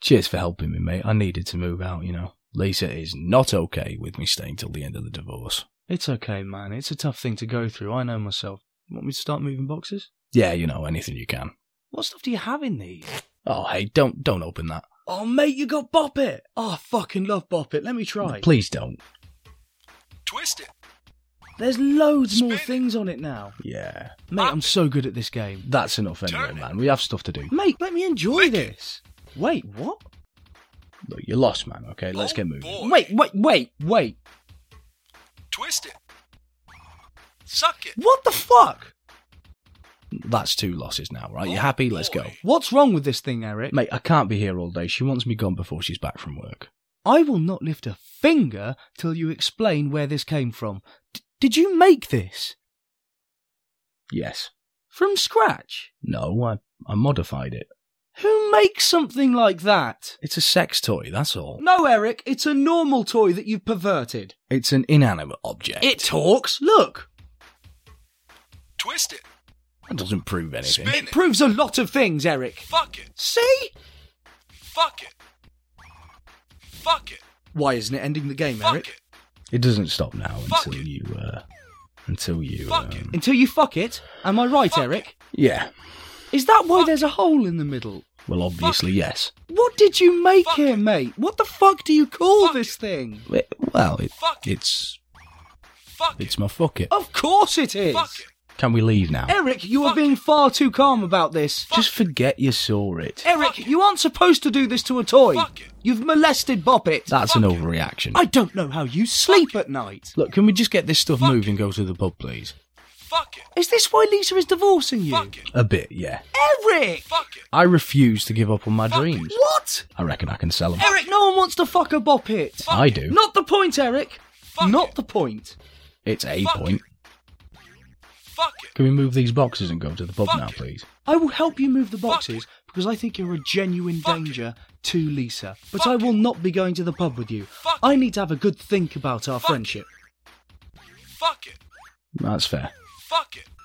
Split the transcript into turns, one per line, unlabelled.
Cheers for helping me, mate. I needed to move out, you know. Lisa is not okay with me staying till the end of the divorce.
It's okay, man. It's a tough thing to go through. I know myself. Want me to start moving boxes?
Yeah, you know, anything you can.
What stuff do you have in these?
Oh, hey, don't don't open that.
Oh, mate, you got Bop It. Oh, I fucking love Bop It. Let me try.
Please don't.
Twist it.
There's loads more
Spin.
things on it now.
Yeah.
Mate, I'm so good at this game.
That's enough anyway,
Turn it.
man. We have stuff to do.
Mate, let me enjoy
Lick it.
this. Wait, what?
Look, you're lost, man. Okay, let's
Oh,
get moving.
boy.
Wait, wait, wait, wait.
Twist it. Suck it.
What the fuck?
That's two losses now, right? You
Oh,
happy? Let's go.
boy.
What's wrong with this thing, Eric?
Mate, I can't be here all day. She wants me gone before she's back from work.
I will not lift a finger till you explain where this came from. D- did you make this?
Yes.
From scratch?
No, I, I modified it.
Who makes something like that?
It's a sex toy, that's all.
No, Eric, it's a normal toy that you've perverted.
It's an inanimate object.
It talks, look!
Twist it.
That doesn't prove anything.
It
Spin it.
proves a lot of things, Eric.
Fuck it.
See?
Fuck it. Fuck it.
Why isn't it ending the game,
Fuck
Eric?
it.
It doesn't stop now
Fuck
until
it.
you, uh, until you,
Fuck it.
um,
Until you fuck it. Am I right,
Fuck
Eric?
yeah.
Is that why there's a hole in the middle?
Well, obviously,
it.
yes.
What did you make
Fuck
here,
it.
mate? What the fuck do you call
Fuck
this thing?
It- well, it,
Fuck it.
it's
Fuck it.
it's my fuck it.
Of course it is!
Fuck it.
Can we leave now?
Eric, you are
Fuck
being far too calm about this.
Just forget you saw it.
Eric,
Fuck it.
you aren't supposed to do this to a toy.
Fuck it.
You've molested Boppet.
That's an
fuck it.
overreaction.
I don't know how you sleep at night.
Look, can we just get this stuff
Fuck
moved and go to the pub, please?
Fuck it.
Is this why Lisa is divorcing you?
Fuck it.
A bit, yeah.
Eric!
Fuck it.
I refuse to give up on my
Fuck it.
dreams.
What?
I reckon I can sell them.
Eric, no one wants to fuck a Boppet.
Fuck
I
it.
do.
Not the point, Eric.
Fuck
Not
it.
the point.
It's a
Fuck
point.
Fuck it.
Can we move these boxes and go to the pub
Fuck
now,
it.
please?
I will help you move the
Fuck
boxes because I think you're a genuine
Fuck it.
danger to Lisa. But
Fuck
I will not be going to the pub with you.
Fuck
I need to have a good think about our
Fuck it.
friendship.
Fuck it.
That's fair.
Fuck it.